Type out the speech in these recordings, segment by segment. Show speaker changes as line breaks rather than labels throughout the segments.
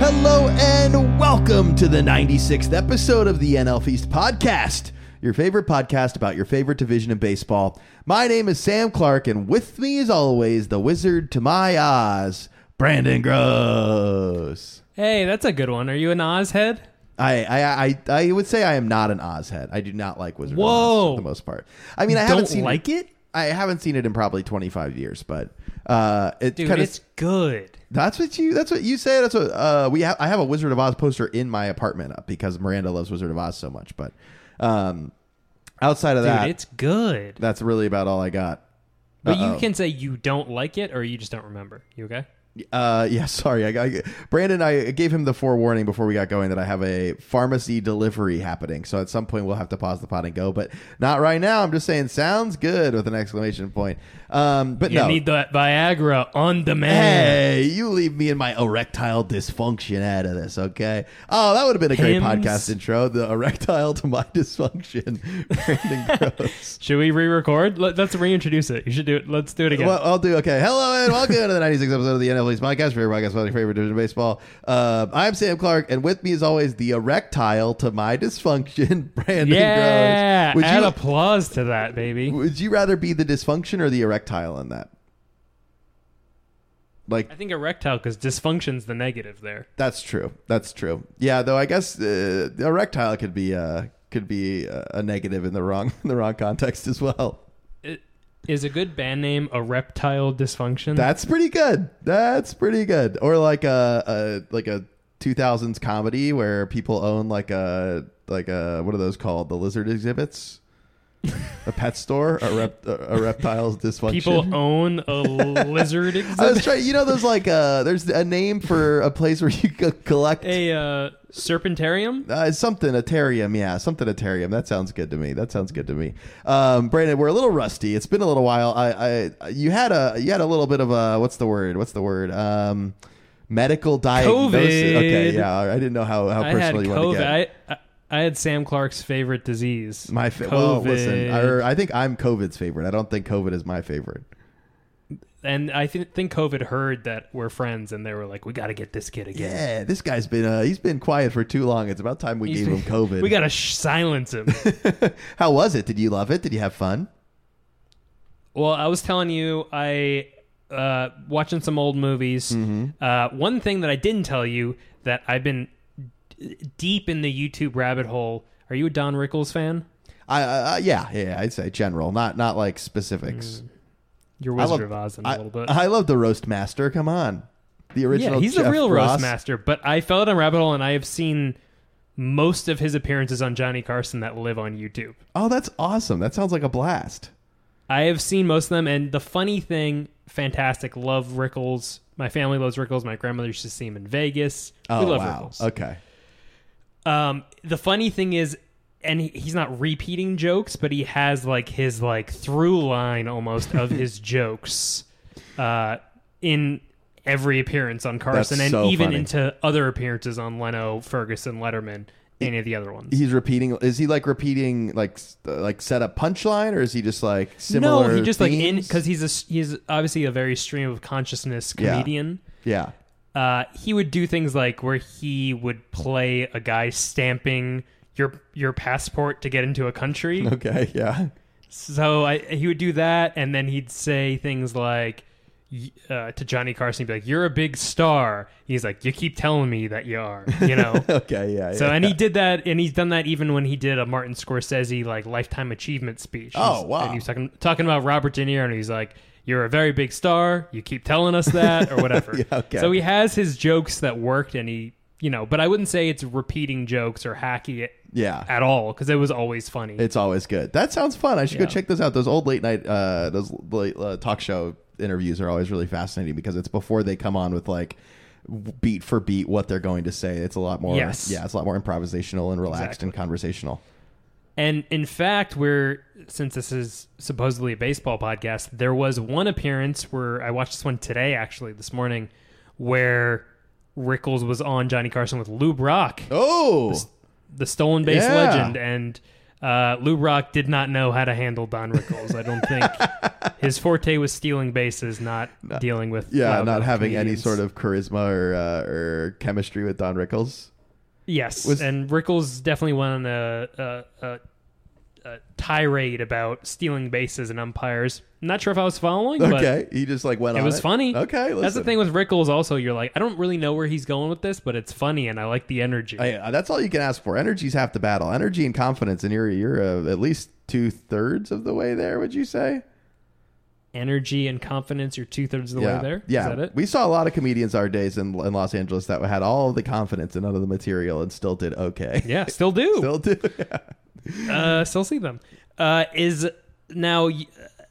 Hello and welcome to the 96th episode of the NL Feast podcast, your favorite podcast about your favorite division of baseball. My name is Sam Clark, and with me, as always, the wizard to my Oz, Brandon Gross.
Hey, that's a good one. Are you an Oz head?
I, I I I would say I am not an Oz head. I do not like Wizard of Oz
Whoa.
for the most part. I mean, I
You
haven't
don't
seen
like it?
I haven't seen it in probably 25 years, but uh, it
Dude,
kind of
it's good.
That's what you. That's what you say. That's what uh, we. Ha- I have a Wizard of Oz poster in my apartment up because Miranda loves Wizard of Oz so much. But um, outside of
Dude,
that,
it's good.
that's really about all I got.
But
Uh-oh.
you can say you don't like it or you just don't remember. You okay?
Uh, yeah, sorry. I, got Brandon. I gave him the forewarning before we got going that I have a pharmacy delivery happening. So at some point we'll have to pause the pot and go, but not right now. I'm just saying, sounds good with an exclamation point. Um, but
You
no.
need that Viagra on demand.
Hey, you leave me and my erectile dysfunction out of this, okay? Oh, that would have been a great
Hims.
podcast intro. The erectile to my dysfunction, Brandon Gross.
Should we re-record? Let, us reintroduce it. You should do it. Let's do it again.
Well, I'll do okay. Hello and welcome to the 96th episode of the NFL's podcast for your podcast about your favorite division of baseball. Uh, I'm Sam Clark, and with me, as always, the erectile to my dysfunction, Brandon
yeah,
Gross. Would
add
you,
applause to that, baby.
would you rather be the dysfunction or the erectile in that? Like,
I think erectile because dysfunction's the negative there.
That's true. That's true. Yeah, though I guess uh, erectile could be uh, could be uh, a negative in the wrong in the wrong context as well.
It, is a good band name a reptile dysfunction?
That's pretty good. That's pretty good. Or like a, a like a 2000s comedy where people own like a like a what are those called? The lizard exhibits. a pet store, a, rep, a reptile's dysfunction.
People own a lizard exhibit.
I was trying. You know, there's like uh, there's a name for a place where you c- collect
a uh, serpentarium.
Uh, something Atarium, yeah, something Atarium. That sounds good to me. That sounds good to me. Um, Brandon, we're a little rusty. It's been a little while. I, I, you had a, you had a little bit of a, what's the word? What's the word? Um, medical diagnosis. Okay,
COVID.
yeah. I didn't know how how
I had
personal you wanted to
COVID.
get.
I, I I had Sam Clark's favorite disease.
my fa- well, listen.
COVID.
I, I think I'm COVID's favorite. I don't think COVID is my favorite.
and I thi- think COVID heard that we're friends, and they were like, "We got to get this kid again.
Yeah, this guy's been uh, he's been quiet for too long. It's about time we
He's
gave him
been-
COVID.
We got to sh- silence him."
how was it? Did you love it? Did you have fun?
well, I was telling you, I uh, watching some old movies.
Mm-hmm.
Uh, one thing that I didn't tell you that I've been d- deep in the YouTube rabbit hole. Are you a Don Rickles fan?
I, I, I yeah, yeah. I'd say general, not not like
Mm.
specifics.
Your
I
Wizard
love-
of Oz in a
I,
little bit.
I love the roast master. Come on, the original.
yeah, he's
Jeff
a real
Ross.
roast master. But I fell down a rabbit hole, and I have seen most of his appearances on Johnny Carson that live on YouTube.
Oh, that's awesome. That sounds like a blast.
I have seen most of them, and the funny thing, fantastic. Love Rickles. My family loves Rickles. My grandmother used to see him in Vegas.
Oh
we love
wow.
Rickles.
Okay.
Um, the funny thing is, and he, he's not repeating jokes, but he has like his like through line almost of his jokes uh, in every appearance on Carson, and
so
even
funny.
into other appearances on Leno, Ferguson, Letterman, any of the other ones.
He's repeating. Is he like repeating like s- uh, like set up punchline, or is he just like similar?
no, he just like in
themes?
because he's a s- he's obviously a very stream of consciousness
Yeah.
comedian.
yeah.
uh, he would do things like where he would play a guy stamping your your passport to get into a country.
Okay. Yeah.
so I, he would do that, and then he'd say things like y- uh, to Johnny Carson, he'd be like, "You're a big star." He's like, "You keep telling me that you are," you know.
Okay. Yeah.
So
yeah.
and he did that, and he's done that even when he did a Martin Scorsese like lifetime achievement speech.
Oh,
He's-
wow.
And he was talking talking about Robert De Niro, and he's like, "You're a very big star. You keep telling us that, or whatever."
Yeah, okay.
So he has his jokes that worked, and he, you know, but I wouldn't say it's repeating jokes or hacky at,
yeah.
at all because it was always funny.
It's always good. That sounds fun. I should
Yeah.
go check those out. Those old late night, uh, those late, uh, talk show interviews are always really fascinating because it's before they come on with like w- beat for beat what they're going to say. It's a lot more,
Yes.
yeah, it's a lot more improvisational and relaxed and conversational.
And in fact, we're since this is supposedly a baseball podcast, there was one appearance where I watched this one today, actually this morning, where Rickles was on Johnny Carson with Lou Brock,
Oh,
the stolen base
Yeah.
legend, and Uh, Lou Brock did not know how to handle Don Rickles. I don't think his forte was stealing bases, not dealing with
Yeah,
loud
not
mouth
having any
comedians.
sort of charisma or uh, or chemistry with Don Rickles.
yes.
was-
and Rickles definitely went on a, a, a, a tirade about stealing bases and umpires. Not sure if I was following, but
Okay, he just like went
It
on.
was funny.
Okay, listen.
That's the thing with Rickles. Also, you're like, I don't really know where he's going with this, but it's funny, and I like the energy.
I, uh, that's all you can ask for. Energy's half the battle. Energy and confidence, and you're you're uh, at least two thirds of the way there. Would you say?
energy and confidence. You're two thirds of the
yeah,
way there. Is
yeah.
that it?
We saw a lot of comedians our days in, in Los Angeles that had all the confidence and none of the material, and still did okay.
yeah, still do.
Still do.
uh, still see them. Uh, is now y-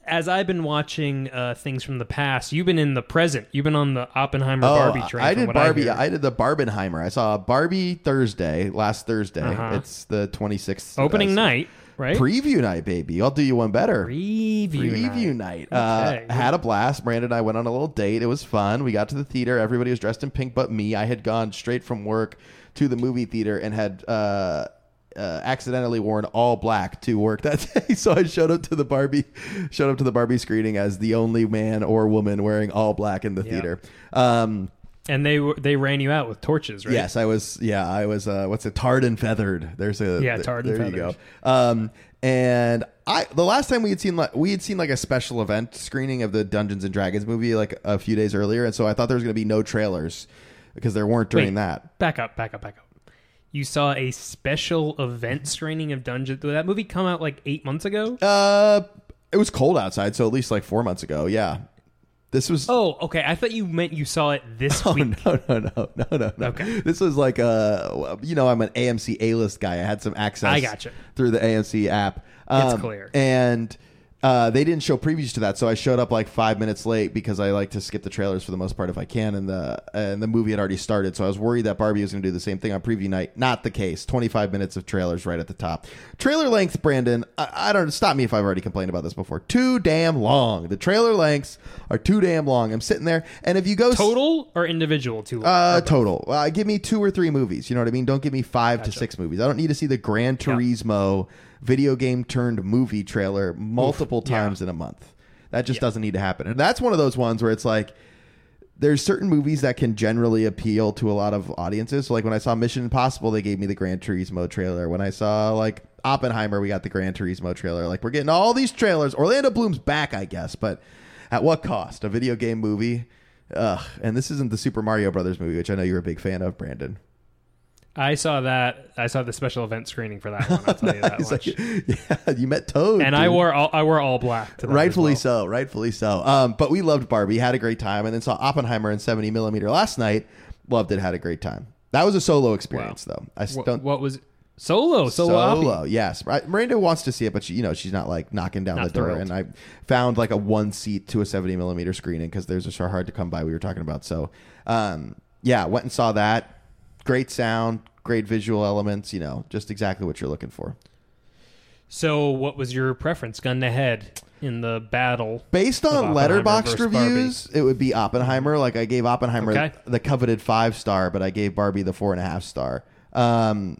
as I've been watching uh, things from the past, you've been in the present. You've been on the Oppenheimer Barbie train.
Oh, I
from
did
what
Barbie.
hear.
I, did the Barbenheimer. I saw Barbie Thursday, last Thursday.
Uh-huh.
It's the 26th.
Opening
uh,
night, right?
Preview night, baby. I'll do you one better.
preview.
Preview
night.
night.
Okay.
Uh, had a blast. Miranda and I went on a little date. It was fun. We got to the theater. Everybody was dressed in pink but me. I had gone straight from work to the movie theater and had uh, uh, accidentally worn all black to work that day. So I showed up to the Barbie, showed up to the Barbie screening as the only man or woman wearing all black in the theater. Um,
And they were they ran you out with torches, right?
Yes, I was. Yeah, I was. Uh, what's it? Tarred and feathered. There's a
Yeah, tarred and
there you
feathered.
go. Um, and I the last time we had seen like we had seen like a special event screening of the Dungeons and Dragons movie like a few days earlier, and so I thought there was going to be no trailers because there weren't during
Wait.
that.
Back up, back up, back up. You saw a special event screening of Dungeon. Did that movie come out like eight months ago?
Uh, it was cold outside, so at least like four months ago. Yeah, this was.
Oh, okay. I thought you meant you saw it this
Oh,
week.
no no no no no no!
Okay.
This was like uh, you know, I'm an AMC A list guy. I had some access.
I gotcha.
through the AMC app. Um,
It's clear.
And uh, they didn't show previews to that, so I showed up like five minutes late because I like to skip the trailers for the most part if I can. And the and the movie had already started, so I was worried that Barbie was going to do the same thing on preview night. Not the case. Twenty five minutes of trailers right at the top. Trailer length, Brandon. I, I don't stop me if I've already complained about this before. Too damn long. The trailer lengths are too damn long. I'm sitting there, and if you go s-
Total or individual? Too.
uh, total. Uh, give me two or three movies. You know what I mean? Don't give me five to six movies. I don't need to see the Gran Turismo video game turned movie trailer multiple times in a month. That just doesn't need to happen. And that's one of those ones where it's like there's certain movies that can generally appeal to a lot of audiences. So like when I saw Mission Impossible, they gave me the Gran Turismo trailer. When I saw like Oppenheimer, we got the Gran Turismo trailer. Like we're getting all these trailers. Orlando Bloom's back, I guess, but at what cost? A video game movie. Ugh. And this isn't the Super Mario Brothers movie, which I know you're a big fan of, Brandon.
I saw that. I saw the special event screening for that one. I'll tell you that
It's
much.
like, yeah, you met Toad,
and I
dude.
wore all I wore all black. To that as
rightfully
well.
so rightfully so um, but we loved barbie had a great time and then saw oppenheimer in 70 millimeter last night loved it had a great time that was a solo experience though i s-
Wha- What,
don't
was solo? Solo. Oppie.
solo yes Right, miranda wants to see it but she, you know she's not like knocking down
Not
the door
thrilled.
and i found like a one seat to a 70 millimeter screening because those are so hard to come by we were talking about so um, yeah went and saw that great sound great visual elements you know just exactly what you're looking for
So, what was your preference? Gun to head in the battle.
Based on
Oppenheimer
letterbox
versus Barbie.
reviews, it would be Oppenheimer. Like I gave Oppenheimer
Okay.
the coveted five star, but I gave Barbie the four and a half star. Um,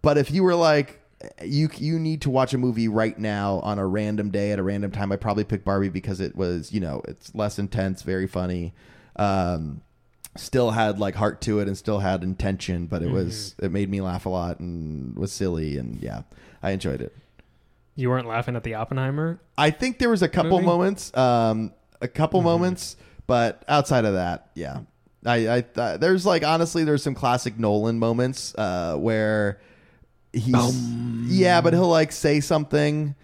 but if you were like you you need to watch a movie right now on a random day at a random time, I probably pick Barbie because it was you know it's less intense, very funny. Um, still had like heart to it and still had intention,
Mm-hmm.
but it was it made me laugh a lot and was silly and yeah, I enjoyed it.
You weren't laughing at the Oppenheimer.
I think there was a couple
Movie? Mm-hmm.
moments, um, a couple moments, but outside of that, yeah. I, I th- there's like honestly, there's some classic Nolan moments uh, where he's yeah, but he'll like say something.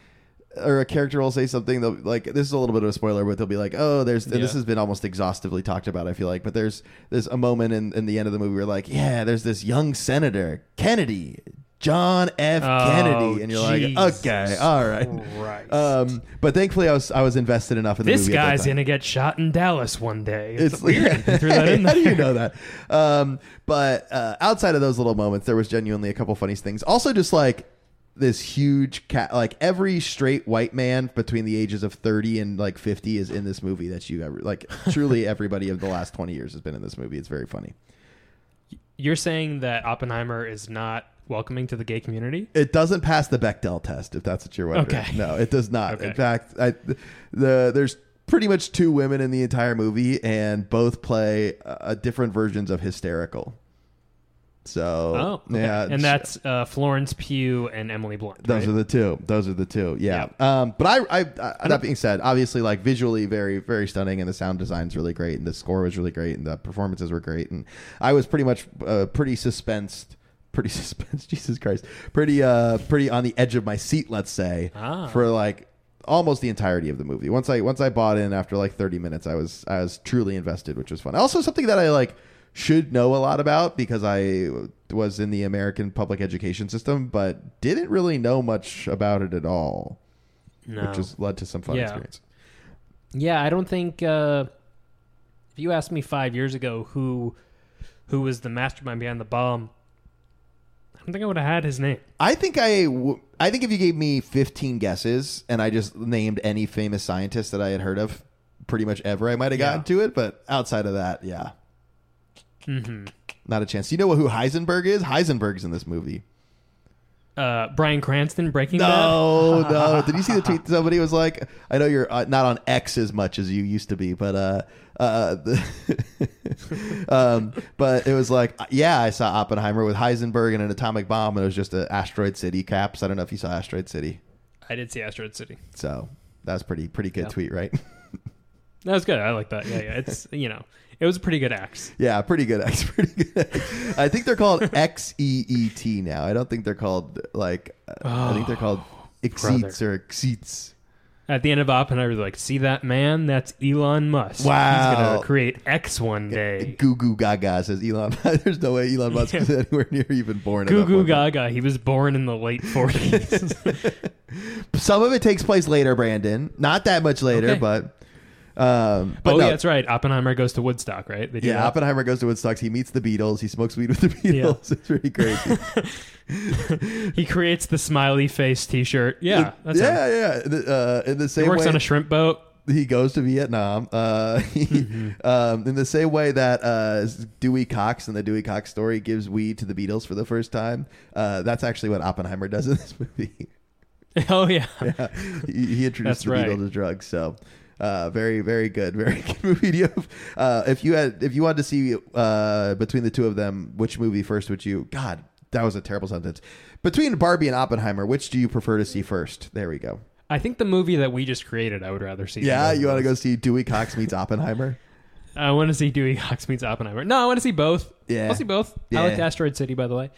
Or a character will say something they'll like this is a little bit of a spoiler, but they'll be like, "Oh, there's and this
Yeah.
has been almost exhaustively talked about." I feel like, but there's there's a moment in, in the end of the movie where like, "Yeah, there's this young senator Kennedy, John F.
Oh,
Kennedy," and you're like,
Jesus
"Okay, all right,
Christ.
um, but thankfully, I was I was invested enough in the
this
movie at that
guy's
time.
gonna get shot in Dallas one day. It's,
It's
weird.
weird.
you threw that in
How do
there.
you know that? Um, but uh, outside of those little moments, there was genuinely a couple funny things. Also, just like this huge cat, like every straight white man between the ages of thirty and like fifty is in this movie. That you ever like truly everybody of the last twenty years has been in this movie. It's very funny.
You're saying that Oppenheimer is not welcoming to the gay community?
It doesn't pass the Bechdel test, if that's what you're wondering.
Okay.
No, it does not. In
Okay.
fact, I, the there's pretty much two women in the entire movie, and both play uh, different versions of hysterical. So,
Oh, okay.
yeah,
and that's uh, Florence Pugh and Emily Blunt.
Those
right?
are the two. Those are the two. Yeah. Um, but I, I, I, that being said, obviously, like visually, very, very stunning, and the sound design's really great, and the score was really great, and the performances were great, and I was pretty much uh, pretty suspensed, pretty suspensed. Jesus Christ, pretty, uh, pretty on the edge of my seat, let's say,
Ah.
for like almost the entirety of the movie. Once I, once I bought in after like thirty minutes, I was, I was truly invested, which was fun. Also, something that I like should know a lot about because I was in the American public education system, but didn't really know much about it at all,
no.
which has led to some fun
Yeah.
experience.
Yeah, I don't think uh, if you asked me five years ago who who was the mastermind behind the bomb, I don't think I would have had his name.
I think I, w- I think if you gave me 15 guesses and I just named any famous scientist that I had heard of pretty much ever, I might have gotten
Yeah.
to it. But outside of that, yeah,
hmm
not a chance. You know who Heisenberg is? Heisenberg's in this movie.
Uh, Brian Cranston, Breaking
No, no. Did you see the tweet? Somebody was like, "I know you're uh, not on X as much as you used to be, but uh, uh, the um, but it was like, yeah, I saw Oppenheimer with Heisenberg and an atomic bomb, and it was just an asteroid city caps. I don't know if you saw Asteroid City,
Bad. I did see Asteroid City.
so that was pretty pretty good
Yeah.
tweet, right?
That was good. I like that. Yeah, yeah. It's you know, it was a pretty good axe.
yeah, pretty good X, pretty good. I think they're called X E E T now. I don't think they're called like uh, I think they're called Exeats or Exeats.
At the end of Oppenheimer, they're like, see that man? That's Elon Musk. He's
Wow.
gonna create X one day.
Goo Goo Gaga says Elon. There's no way Elon Musk is anywhere near even born. at
Goo
that
Goo
point.
Gaga. He was born in the late forties.
Some of it takes place later, Brandon. Not that much later,
Okay.
but um, but
oh
no.
yeah, that's right. Oppenheimer goes to Woodstock, right? They do
yeah,
that.
Oppenheimer goes to Woodstocks. He meets the Beatles. He smokes weed with the Beatles. It's pretty crazy.
He creates the smiley face T-shirt. Yeah, that's him.
yeah, yeah. The, uh, in the
He
same
works
way,
on a shrimp boat.
he goes to Vietnam. Uh, he-
Mm-hmm.
um, in the same way that uh, Dewey Cox in the Dewey Cox story gives weed to the Beatles for the first time, uh, that's actually what Oppenheimer does in this movie.
Oh yeah.
yeah, he, he introduced
That's
the Beatles
right.
to drugs. So, uh, very, very good, very good movie. Do you have- Uh, if you had, if you wanted to see uh, between the two of them, which movie first would you? God, that was a terrible sentence. Between Barbie and Oppenheimer, which do you prefer to see first? There we go.
I think the movie that we just created, I would rather see.
Yeah,
than-
you want to go see Dewey Cox meets Oppenheimer?
I want to see Dewey Cox meets Oppenheimer. No, I want to see both.
Yeah.
I'll see both. I liked
Yeah.
Asteroid City, by the way.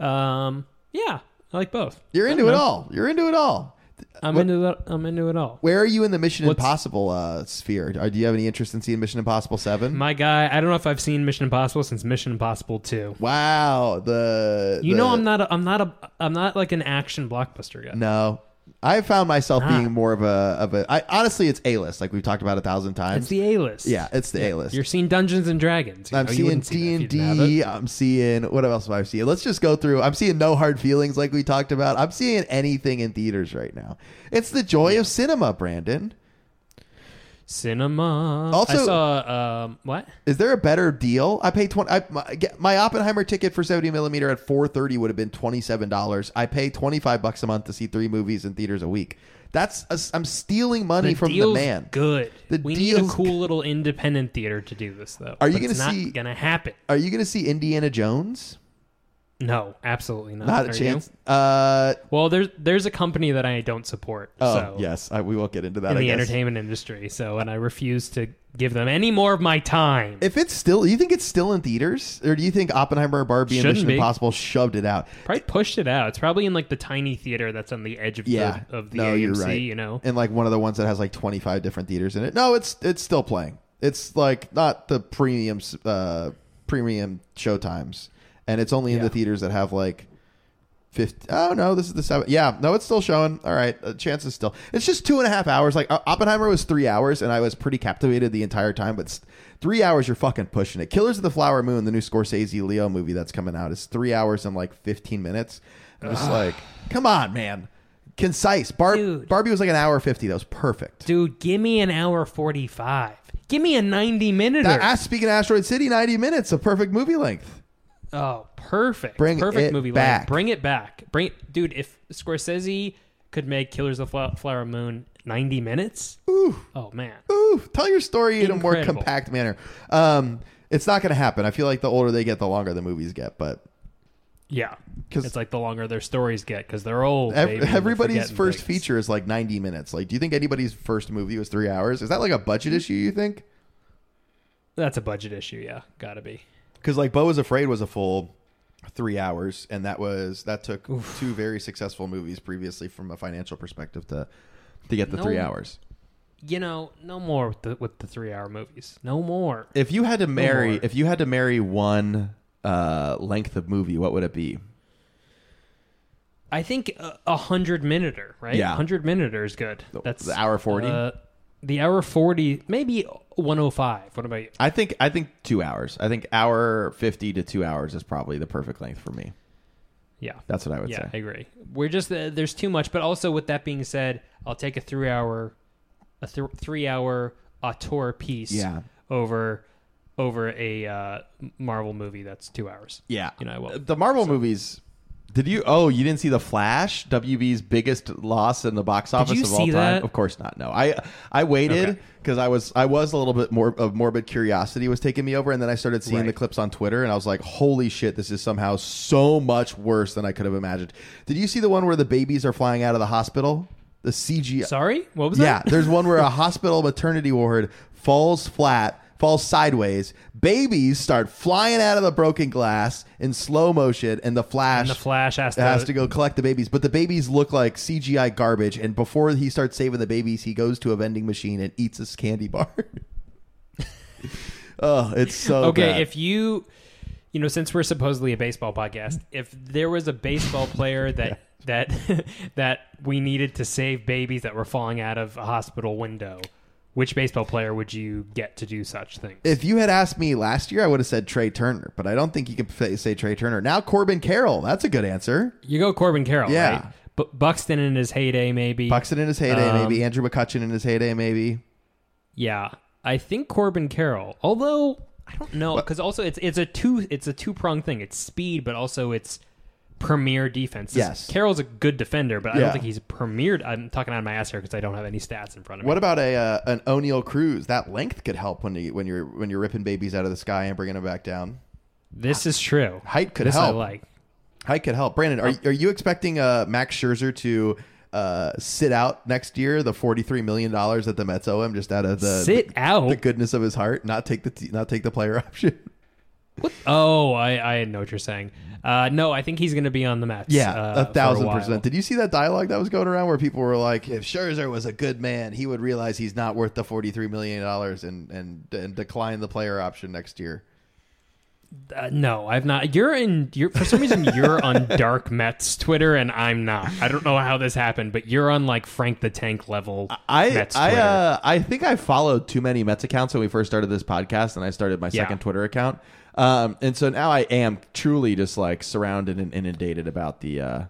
Um, yeah, I like both.
You're
I
into
don't
it
know.
all. You're into it all.
I'm
What-
into that. I'm into it all.
Where are you in the Mission
What's-
Impossible uh, sphere? Are, do you have any interest in seeing Mission Impossible Seven?
My guy, I don't know if I've seen Mission Impossible since Mission Impossible Two.
wow, the
You
the-
know, I'm not. A, I'm not a. I'm not like an action blockbuster guy.
No. I found myself
Ah.
being more of a of a I honestly it's A list, like we've talked about a thousand times.
It's the A list.
yeah, it's the A list.
You're seeing Dungeons and Dragons. You
I'm
know, you
seeing
wouldn't see
D
that if you
and
didn't have it.
D. I'm seeing what else am I seeing? Let's just go through. I'm seeing no hard feelings like we talked about. I'm seeing anything in theaters right now. It's the joy of cinema, Brandon.
Cinema.
Also-
I saw um, what?
Is there a better deal? I paid twenty. I, my, get- my Oppenheimer ticket for seventy millimeter at four thirty would have been twenty seven dollars. I pay twenty five bucks a month to see three movies in theaters a week. That's a, I'm stealing money from the
deal's
man.
Good.
The
we need a
deal's
cool little independent theater to do this though.
Are you
But it's
gonna
not
see-
Gonna happen?
Are you going to see Indiana Jones?
No, absolutely not.
Not
Are
a
you?
chance. Uh,
Well, there's there's a company that I don't support.
oh,
so,
yes. I, we won't get into that.
In
I
the
guess.
entertainment industry, so and I refuse to give them any more of my time.
If it's still, you think it's still in theaters, or do you think Oppenheimer, or Barbie, and
Shouldn't
Mission
be.
Impossible shoved it out?
Probably pushed it out. It's probably in like the tiny theater that's on the edge of
Yeah.
the of the
no,
AMC.
you're right.
You know,
and like one of the ones that has like 25 different theaters in it. No, it's it's still playing. It's like not the premium uh, premium showtimes, and it's only in the
Yeah.
theaters that have like. 50, oh no, this is the seven. Yeah, no, it's still showing. All right, uh, chances still. It's just two and a half hours. Like uh, Oppenheimer was three hours, and I was pretty captivated the entire time. But s- three hours, you're fucking pushing it. Killers of the Flower Moon, the new Scorsese Leo movie that's coming out, is three hours and like 15 minutes. I'm just like, come on, man, concise. Bar-
Dude.
Barbie was like an hour 50. That was perfect.
dude, give me an hour forty five. Give me a ninety minute.
That, I, speaking of Asteroid City, 90 minutes, a perfect movie length.
Oh, perfect.
Bring
perfect
it
movie
back.
Line. Bring it back. Bring it, dude, if Scorsese could make Killers of the Fla- Flower Moon 90 minutes,
Ooh.
oh man.
Ooh, tell your story in a more
Incredible.
compact manner. Um, it's not going to happen. I feel like the older they get, the longer the movies get. But
Yeah.
'Cause-
It's like the longer their stories get cuz they're old.
ev-
baby, and they're
everybody's
forgetting
first
things.
feature is like 90 minutes. Like, do you think anybody's first movie was three hours? Is that like a budget issue, you think?
That's a budget issue, yeah. Got to be.
Because like Bo was Afraid was a full three hours, and that was that took two very successful movies previously from a financial perspective to to get the
No.
three hours.
You know, no more with the with the 3-hour movies. No more.
If you had to marry,
more.
if you had to marry one uh, length of movie, what would it be?
I think a, a 100 minuter, right?
Yeah.
100 minuter is good. That's
the hour 40?
Uh, the hour 40, maybe 105. What about you?
I think I think two hours. I think hour fifty to two hours is probably the perfect length for me.
Yeah.
That's what I would
yeah, I
say.
agree. We're just uh, there's too much, but also with that being said, I'll take a three hour, a th- three hour auteur piece,
Yeah.
over over a uh, Marvel movie that's two hours.
Yeah,
You know, I will.
the Marvel movies. Did you? Oh, you didn't see the Flash, WB's biggest loss in the box office
you
of all
see
time.
that?
Of course not. No, I I waited
Okay.
because I was I was a little bit more of morbid curiosity was taking me over, and then I started seeing
Right.
the clips on Twitter, and I was like, holy shit, this is somehow so much worse than I could have imagined. Did you see the one where the babies are flying out of the hospital? The CGI.
Sorry, what was
Yeah,
that?
there's one where a hospital maternity ward falls flat, falls sideways. Babies start flying out of the broken glass in slow motion, and the Flash,
And the Flash has to,
has to go collect the babies. But the babies look like CGI garbage, and before he starts saving the babies, he goes to a vending machine and eats his candy bar. oh, it's so
okay,
bad.
if you, you know, since we're supposedly a baseball podcast, if there was a baseball player that that that we needed to save babies that were falling out of a hospital window, which baseball player would you get to do such things?
If you had asked me last year, I would have said Trey Turner, but I don't think you can say- say Trey Turner. Now Corbin Carroll, that's a good answer.
You go Corbin Carroll,
Yeah.
right? But Buxton in his heyday, maybe.
Buxton in his heyday,
Um,
maybe Andrew McCutcheon in his heyday, maybe.
yeah, I think Corbin Carroll. Although I don't know, because also it's it's a two it's a two prong thing. It's speed, but also it's premier defense. This-
Yes.
Carroll's a good defender, but I
Yeah.
don't think he's premiered. I'm talking out of my ass here because I don't have any stats in front of me.
What about a uh, an O'Neill Cruz? That length could help when you when you're when you're ripping babies out of the sky and bringing them back down.
This is true.
Height could
this I
help.
like. Oh.
Height could help. Brandon, are are you expecting uh, Max Scherzer to uh, sit out next year? The forty three million dollars that the Mets owe him, just out of the
Sit out.
the goodness of his heart, not take the t- not take the player option.
oh, I I know what you're saying. Uh, no, I think he's going to be on the Mets. uh, for
a thousand
while.
percent. Did you see that dialogue that was going around where people were like, "If Scherzer was a good man, he would realize he's not worth the forty-three million dollars and and and decline the player option next year."
Uh, no, I've not. You're in. You're for some reason you're on Dark Mets Twitter, and I'm not. I don't know how this happened, but you're on like Frank the Tank level
I
Mets
I
Twitter.
uh, I think I followed too many Mets accounts when we first started this podcast, and I started my
Yeah.
second Twitter account, um, and so now I am truly just like surrounded and inundated about the. Uh,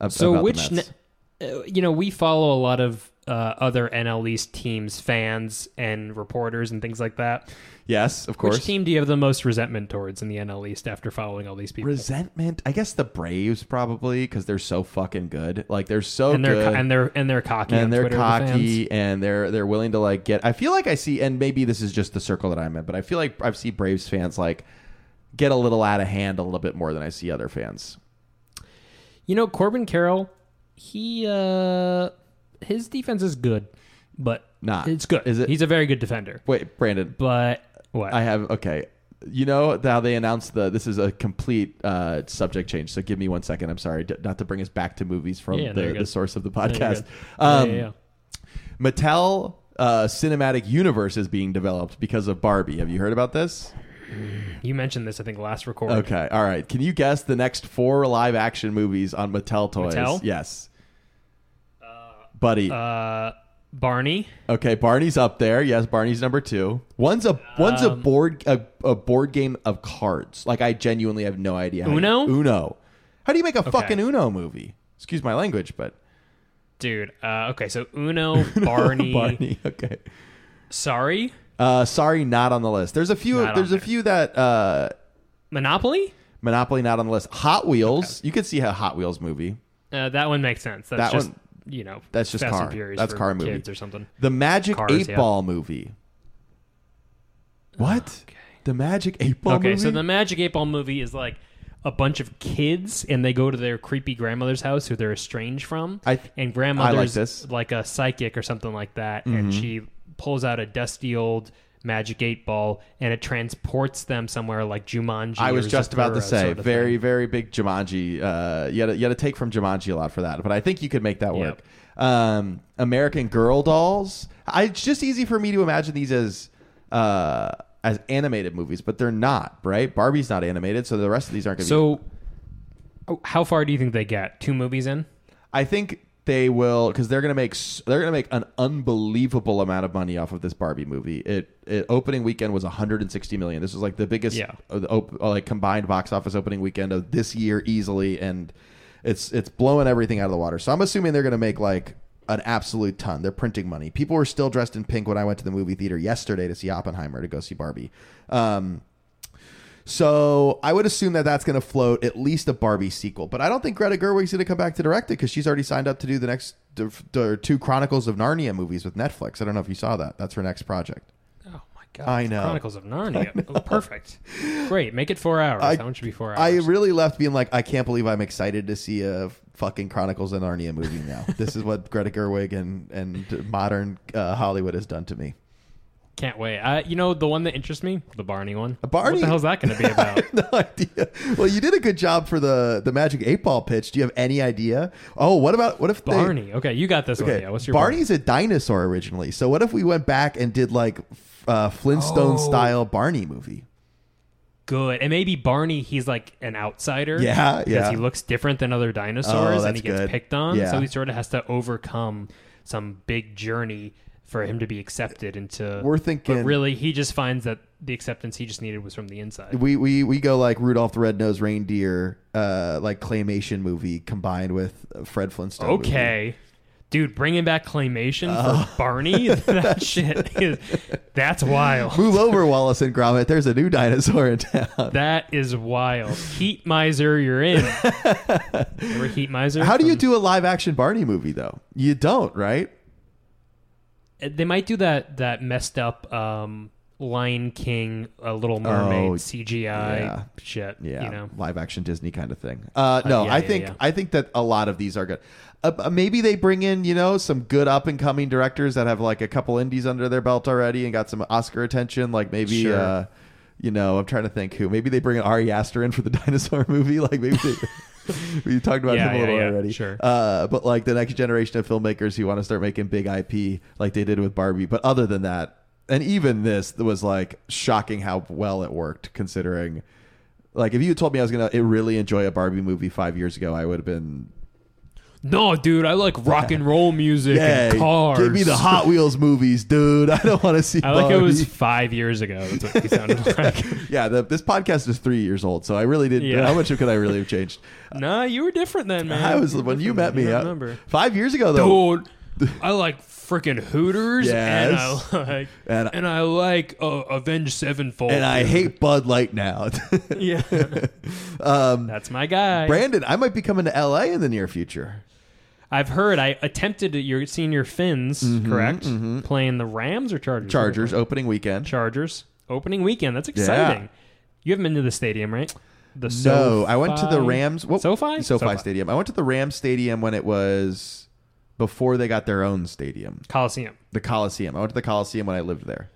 ab-
so
about the
which,
Mets.
ne- uh, you know, we follow a lot of uh, other NL East teams, fans and reporters and things like that.
yes, of course.
Which team do you have the most resentment towards in the NL East after following all these people?
Resentment, I guess the Braves probably because they're so fucking good. Like they're so
and they're
good.
co- and they're and they're cocky on
and they're
Twitter, the fans.
cocky and they're they're willing to like get I feel like I see and maybe this is just the circle that I'm in, but I feel like I've seen Braves fans like get a little out of hand a little bit more than I see other fans.
You know, Corbin Carroll, he uh his defense is good, but
Not.
it's good.
Ah, Is it-
He's a very good defender.
Wait, Brandon,
But what?
I have okay. You know how they announced the this is a complete uh, subject change. So give me one second. I'm sorry, d- not to bring us back to movies from
Yeah, no,
the,
you're
the
good.
source of the
Yeah, you're
podcast.
good.
Um,
yeah, yeah,
Mattel uh, cinematic universe is being developed because of Barbie. Have you heard about this?
yeah. You mentioned this, I think, last record.
Okay, all right. Can you guess the next four live action movies on Mattel toys?
Mattel?
Yes. Buddy.
Uh, Barney.
okay, Barney's up there. Yes, Barney's number two. One's a one's
Um,
a board a, a board game of cards. Like I genuinely have no idea. how you-
Uno?
Uno. How do you make a fucking Uno movie? Excuse my language, but
Dude, uh, okay, so Uno, Barney,
Barney. Okay.
Sorry,
Uh, sorry, not on the list. There's a few.
Not on
There's a
there.
few that uh,
Monopoly.
Monopoly not on the list. Hot Wheels. You could see a Hot Wheels movie.
Uh, that one makes sense. That's
That
just
one-
you know.
that's just
Fast
car.
And Furious
That's
for
car movie.
kids or something.
The Magic
Cars,
Eight
yeah.
Ball movie. What? The Magic Eight Ball
okay,
movie.
so the Magic Eight Ball movie is like a bunch of kids and they go to their creepy grandmother's house who they're estranged from.
I-
and grandmother's
this. Mm-hmm.
like a psychic or something like that, and she pulls out a dusty old magic eight ball and it transports them somewhere like Jumanji.
I was
or
just about to
Zathura
say,
sort of
very,
thing.
very big Jumanji. Uh, you, had to, you had to take from Jumanji a lot for that, but I think you could make that work. Um, American Girl dolls. I, it's just easy for me to imagine these as uh, as animated movies, but they're not, right? Barbie's not animated, so the rest of these aren't going to be.
So, oh, how far do you think they get? Two movies in?
I think they will because they're gonna make s- they're gonna make an unbelievable amount of money off of this Barbie movie. It, it opening weekend was 160 million. This was like the biggest
Yeah.
uh, the op- uh, like combined box office opening weekend of this year easily, and it's it's blowing everything out of the water. So I'm assuming they're gonna make like an absolute ton. They're printing money. People were still dressed in pink when I went to the movie theater yesterday to see Oppenheimer to go see Barbie. Um, so I would assume that that's going to float at least a Barbie sequel, but I don't think Greta Gerwig's going to come back to direct it because she's already signed up to do the next the, the two Chronicles of Narnia movies with Netflix. I don't know if you saw that. That's her next project.
Oh my god!
I
it's
know.
Chronicles of Narnia. Oh, perfect. Great. Make it four hours.
I-
that one should be four
I
hours.
really left being like, I can't believe I'm excited to see a fucking Chronicles of Narnia movie now. this is what Greta Gerwig and and modern uh, Hollywood has done to me.
Can't wait. Uh, you know the one that interests me, the Barney one.
Barney-
What the hell's that going to be about?
no idea. Well, you did a good job for the the Magic Eight Ball pitch. Do you have any idea? Oh, what about what if they-
Barney. Okay, you got this one.
Okay,
Yeah. What's your
Barney's a dinosaur originally. So what if we went back and did like f- uh, Flintstone style Barney movie?
good. And maybe Barney, he's like an outsider.
Yeah,
Because
yeah.
he looks different than other dinosaurs
Oh,
and
that's
he gets
good.
picked on.
Yeah.
So he sort of has to overcome some big journey for him to be accepted into.
We're thinking-
But really, he just finds that the acceptance he just needed was from the inside.
We we we go like Rudolph the Red-Nosed Reindeer, uh, like claymation movie combined with uh, Fred Flintstone. movie.
Okay. Dude, bringing back claymation
Oh.
for Barney? that shit is. That's wild.
Move over, Wallace and Gromit. There's a new dinosaur in town.
That is wild. Heat miser, you're in. Remember Heat miser?
How do you
From-
do a live action Barney movie though? You don't, right?
They might do that that messed up um, Lion King, uh, Little Mermaid
Oh,
CGI
yeah.
shit.
yeah,
you know.
live action Disney kind of thing. Uh, no,
yeah,
I
yeah,
think
yeah.
I think that a lot of these are good. Uh, uh, maybe they bring in you know some good up and coming directors that have like a couple indies under their belt already and got some Oscar attention. Like maybe.
Sure.
Uh, you know, I'm trying to think who. Maybe they bring Ari Aster in for the dinosaur movie. Like maybe they, we talked about
Yeah,
him a
yeah,
little
yeah,
already.
sure.
Uh, but like the next generation of filmmakers who want to start making big IP, like they did with Barbie. But other than that, and even this was like shocking how well it worked, considering. Like if you had told me I was gonna really enjoy a Barbie movie five years ago, I would have been
No, dude, I like rock and roll music
yeah.
and cars.
Give me the Hot Wheels movies, dude. I don't want to see.
I like it was
Barbie.
five years ago. That's what he sounded like.
yeah. The, this podcast is three years old, so I really didn't.
Yeah.
How much could I really have changed?
nah, you were different then, man.
I was
were
when you met
different.
me.
I
I-
remember.
five years ago though.
dude. I like freaking Hooters,
Yes.
and I like,
And-
and, I like uh, Avenged Sevenfold,
And I
dude.
hate Bud Light now.
yeah,
Um,
that's my guy.
Brandon, I might be coming to LA in the near future.
I've heard I attempted at your senior Finns, correct? Playing the Rams or Chargers?
Mm-hmm, Chargers opening weekend.
Chargers. Opening weekend. That's exciting. You haven't been to the stadium, right? The
No, I went to the
SoFi-
Rams. What,
SoFi?
SoFi Stadium. I went to the Rams Stadium when it was before they got their own stadium,
Coliseum.
the Coliseum. I went to the Coliseum when I lived there.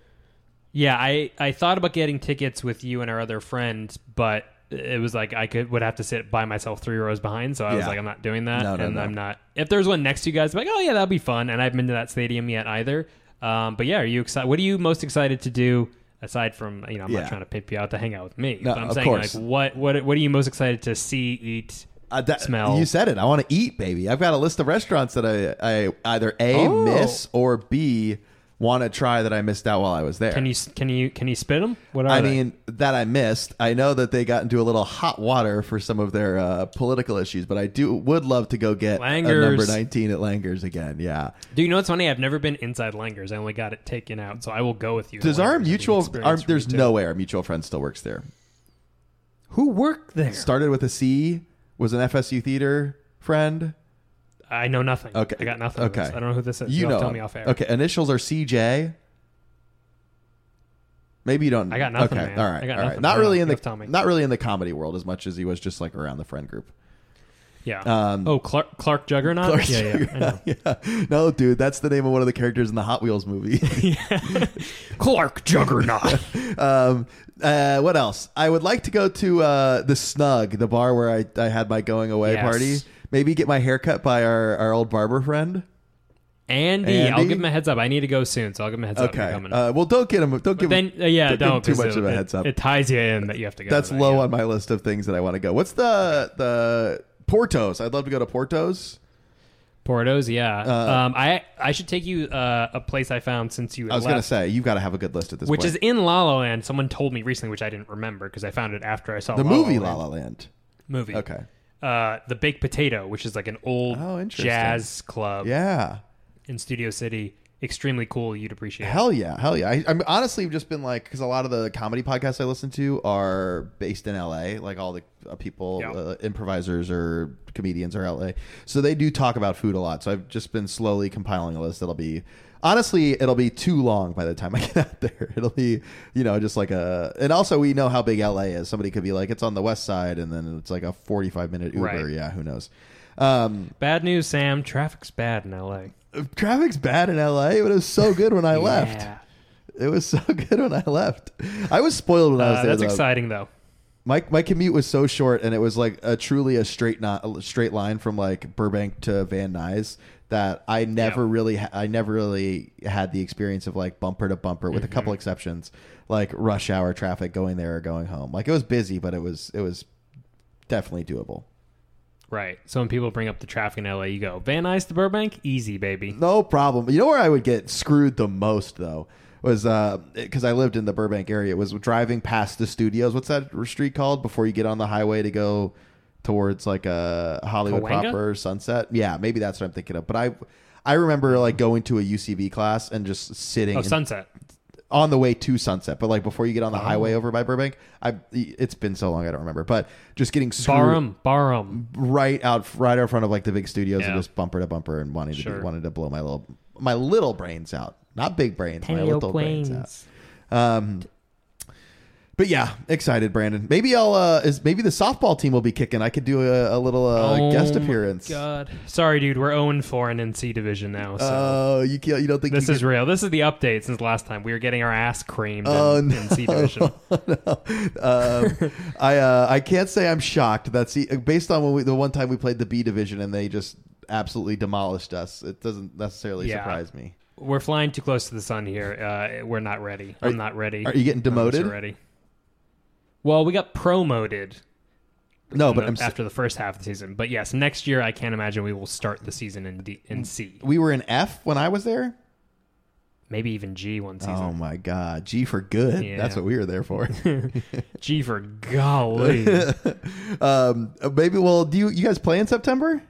Yeah, I, I thought about getting tickets with you and our other friend, but it was like I could would have to sit by myself three rows behind, so I was
Yeah.
like, I'm not doing that,
No, no,
and
no.
I'm not. If there's one next to you guys, I'm like, oh yeah, that'll be fun, and I haven't been to that stadium yet either. Um, but yeah, are you excited? What are you most excited to do aside from you know? I'm
Yeah.
not trying to pimp you out to hang out with me.
No,
but I'm
of
saying
course.
like, what what what are you most excited to see, eat?
Uh, that,
Smell.
You said it. I want to eat, baby. I've got a list of restaurants that I, I either A,
Oh.
miss, or B, want to try that I missed out while I was there.
Can you s- can you can you spit them? What are
I
they?
mean, that I missed. I know that they got into a little hot water for some of their uh, political issues, but I do would love to go get a
Langer's.
number 19 at Langer's again. Yeah.
Do you know what's funny? I've never been inside Langer's. I only got it taken out, so I will go with you. to
Does our
Langer's. It'll be an
mutual,
experience
our,
for me,
there's
too.
no way our mutual friend still works there.
Who worked there?
Started with a C, was an FSU theater friend.
I know nothing.
Okay.
I got nothing.
Okay.
Okay. I don't know who this is.
You
You'll
know.
have to tell
him.
me off air.
Okay, initials are CJ. Maybe you don't.
I got nothing,
Okay,
man.
all right,
I got
all right.
nothing. I
Not
don't
really
know.
in
You
the
have to tell me.
not really in the comedy world as much as he was just like around the friend group.
Yeah.
Um,
oh, Clark, Clark Juggernaut.
Clark
yeah, yeah. I know.
yeah. No, dude, that's the name of one of the characters in the Hot Wheels movie.
Clark Juggernaut.
um, uh, what else? I would like to go to uh, the Snug, the bar where I, I had my going away
Yes.
party. Maybe get my hair cut by our, our old barber friend.
Andy, I'll
Andy?
give him a heads up. I need to go soon, so I'll give him a heads up.
Okay.
I'm coming.
Uh, well, don't get him. Don't give him.
then uh, yeah,
don't give
don't
too
'cause
much
it-
of a
it-
heads up.
It ties you in that you have to go.
That's
to that,
low
yeah.
on my list of things that I want to go. What's the the Portos? I'd love to go to Portos.
Portos. Yeah.
Uh,
um, I I should take you uh, a place I found since you.
I was
left,
going to say you've got to have a good list at this
which
point.
is in La La Land. Someone told me recently, which I didn't remember because I found it after I saw
the
La
movie La
Land.
La Land.
movie.
Okay.
Uh, the Baked Potato, which is like an old
Oh, interesting.
jazz club
Yeah.
in Studio City. Extremely cool. You'd appreciate. it.
Hell yeah, hell yeah. I, I'm honestly just been like because a lot of the comedy podcasts I listen to are based in L.A. Like all the uh, people,
Yeah.
uh, improvisers or comedians are L.A. So they do talk about food a lot. So I've just been slowly compiling a list that'll be. Honestly, it'll be too long by the time I get out there. It'll be, you know, just like a. And also, we know how big LA is. Somebody could be like, it's on the west side, and then it's like a 45 minute Uber.
Right.
Yeah, who knows? Um,
Bad news, Sam. Traffic's bad in L.A.
traffic's bad in LA, but it was so good when I left.
Yeah.
It was so good when I left. I was spoiled when I was
Uh,
there.
that's
though.
exciting, though.
My my commute was so short, and it was like a truly a straight not a straight line from like Burbank to Van Nuys that I never
Yeah.
really ha- I never really had the experience of like bumper to bumper with a couple
Mm-hmm.
exceptions like rush hour traffic going there or going home. Like it was busy, but it was it was definitely doable.
Right. So when people bring up the traffic in LA, you go Van Nuys to Burbank, easy, baby.
No problem. You know where I would get screwed the most though was because I lived in the Burbank area. Was driving past the studios. What's that street called before you get on the highway to go towards like a Hollywood
Cahuenga?
proper Sunset? Yeah, maybe that's what I'm thinking of. But I. I remember like going to a UCB class and just sitting
Oh,
in-
Sunset.
on the way to Sunset, but like before you get on the highway over by Burbank, I it's been so long I don't remember, but just getting screwed
Barham, Barham.
right out right out front of like the big studios and
Yeah.
just bumper to bumper and wanting to
Sure.
be, wanted to blow my little my little brains out, not big brains, my little brains out. Um, but yeah, excited, Brandon. Maybe I'll uh, is maybe the softball team will be kicking. I could do a, a little uh,
Oh
guest
my
appearance.
God. Sorry, dude. We're 0 4 in NC division now. So
Oh, you can't, you don't think
this
you
is real. This is the update since last time. We were getting our ass creamed
Oh,
in
no.
NC division.
um, I uh, I can't say I'm shocked. That's the, based on when we, the one time we played the B division and they just absolutely demolished us. It doesn't necessarily
Yeah.
surprise me.
We're flying too close to the sun here. Uh, we're not ready.
you-
I'm not ready.
are you getting
None of us are
demoted?
Ready. Well, we got promoted
No,
in
Oh, but
the-
I'm s-
after the first half of the season. But yes, next year I can't imagine we will start the season in, D- in C.
we were in F when I was there.
Maybe even G one season.
Oh my god, G for good.
Yeah.
That's what we were there for.
Gee for golly.
um, maybe. Well, do you you guys play in September?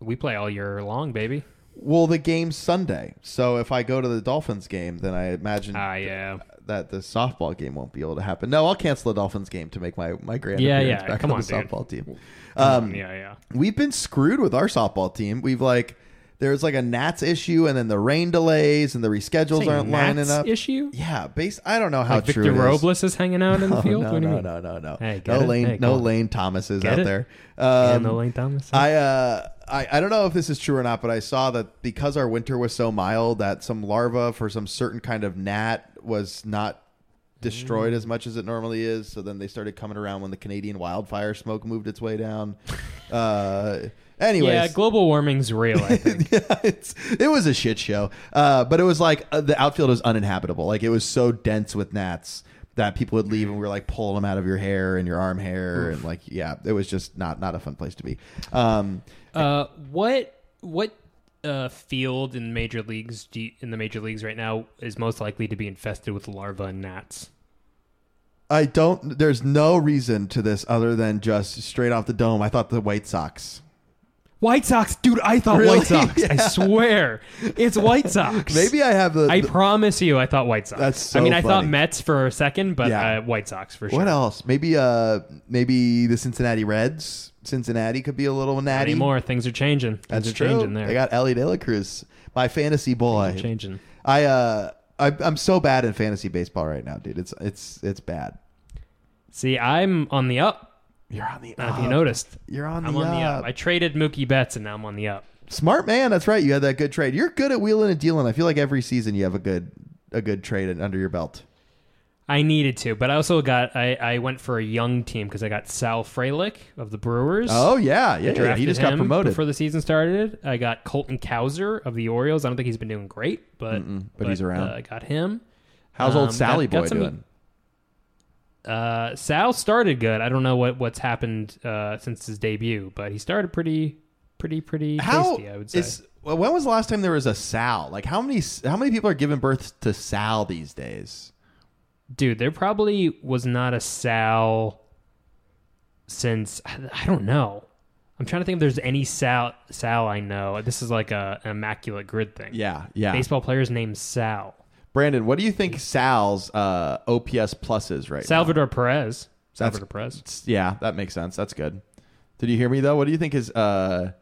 we play all year long, baby.
Well, the game's Sunday, so if I go to the Dolphins game, then I imagine
Ah, yeah.
that the softball game won't be able to happen. No, I'll cancel the Dolphins game to make my my grand
Yeah,
appearance
yeah,
back
come
on,
on,
the
dude.
softball team.
Um, yeah, yeah.
we've been screwed with our softball team. We've like there's like a Nats issue, and then the rain delays, and the reschedules
Saying
aren't lining
Nats
up.
issue?
Yeah, based. I don't know how
Like
true
Victor
it is.
Robles is hanging out in the
No,
field?
Oh, no,
what do you
no,
mean?
no, no, no,
Hey, get
no.
it?
Lane,
Hey,
no
come on.
Lane Thomas is
Get
out
it?
there.
Yeah,
Um,
no Lane Thomas.
I, uh, I I don't know if this is true or not, but I saw that because our winter was so mild that some larva for some certain kind of gnat was not destroyed
Mm.
as much as it normally is. So then they started coming around when the Canadian wildfire smoke moved its way down. Uh, anyways,
yeah, global warming's real, I think.
yeah, it's, it was a shit show. Uh, but it was like uh, the outfield was uninhabitable. Like it was so dense with gnats that people would leave and we were like pulling them out of your hair and your arm hair and like yeah, it was just not not a fun place to be. Um,
Uh, what what uh, field in major leagues do you, in the major leagues right now is most likely to be infested with larvae and gnats?
I don't. There's no reason to this other than just straight off the dome. I thought the White Sox.
White Sox, dude. I thought
Really?
White Sox. I swear, it's White Sox.
Maybe I have the.
I
the-
promise you, I thought White Sox.
That's so
I mean, I thought
funny.
Mets for a second, but
Yeah.
uh, White Sox for sure.
what else? Maybe uh maybe the Cincinnati Reds. Cincinnati could be a little natty.
Anymore, things are changing. Things
That's
are
true.
changing there.
They got Ellie De La Cruz, my fantasy boy.
They're changing.
I uh I, I'm so bad in fantasy baseball right now, dude. It's it's it's bad.
See, I'm on the up.
You're on the
Now,
up.
If you noticed,
You're on the,
Uh, I'm on the
up.
up. I traded Mookie Betts, and now I'm on the up.
Smart man, that's right. You had that good trade. You're good at wheeling and dealing. I feel like every season you have a good a good trade under your belt.
I needed to, but I also got I, I went for a young team because I got Sal Frelick of the Brewers.
Oh yeah, yeah.
I
yeah.
drafted
He just got
him
promoted.
before the season started. I got Colton Cowser of the Orioles. I don't think he's been doing great, but
but he's around.
uh, I got him.
How's old
um,
Sally
got- got
boy
some-
doing?
Uh, Sal started good. I don't know what what's happened uh, since his debut, but he started pretty, pretty, pretty
How
tasty. I would say.
is well, when was the last time there was a Sal? Like how many how many people are giving birth to Sal these days?
dude there probably was not a sal since i I don't know i'm trying to think if there's any sal sal i know this is like a an immaculate grid thing
Yeah, yeah.
baseball players named sal
Brandon, what do you think Sal's uh, OPS plus is right now?
salvador perez
That's-
salvador perez
It's- Yeah, that makes sense. That's good. Did you hear me though? What do you think is uh,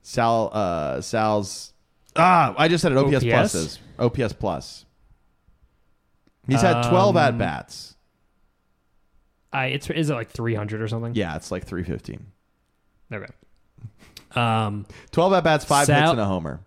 Sal uh, Sal's? Ah, I just said it. OPS,
OPS?
plus is OPS plus. He's had twelve
Um,
at bats.
i it's is it like 300 or something
Yeah, it's like three fifteen.
okay um
Twelve at bats, five hits,
Sal-
and a homer.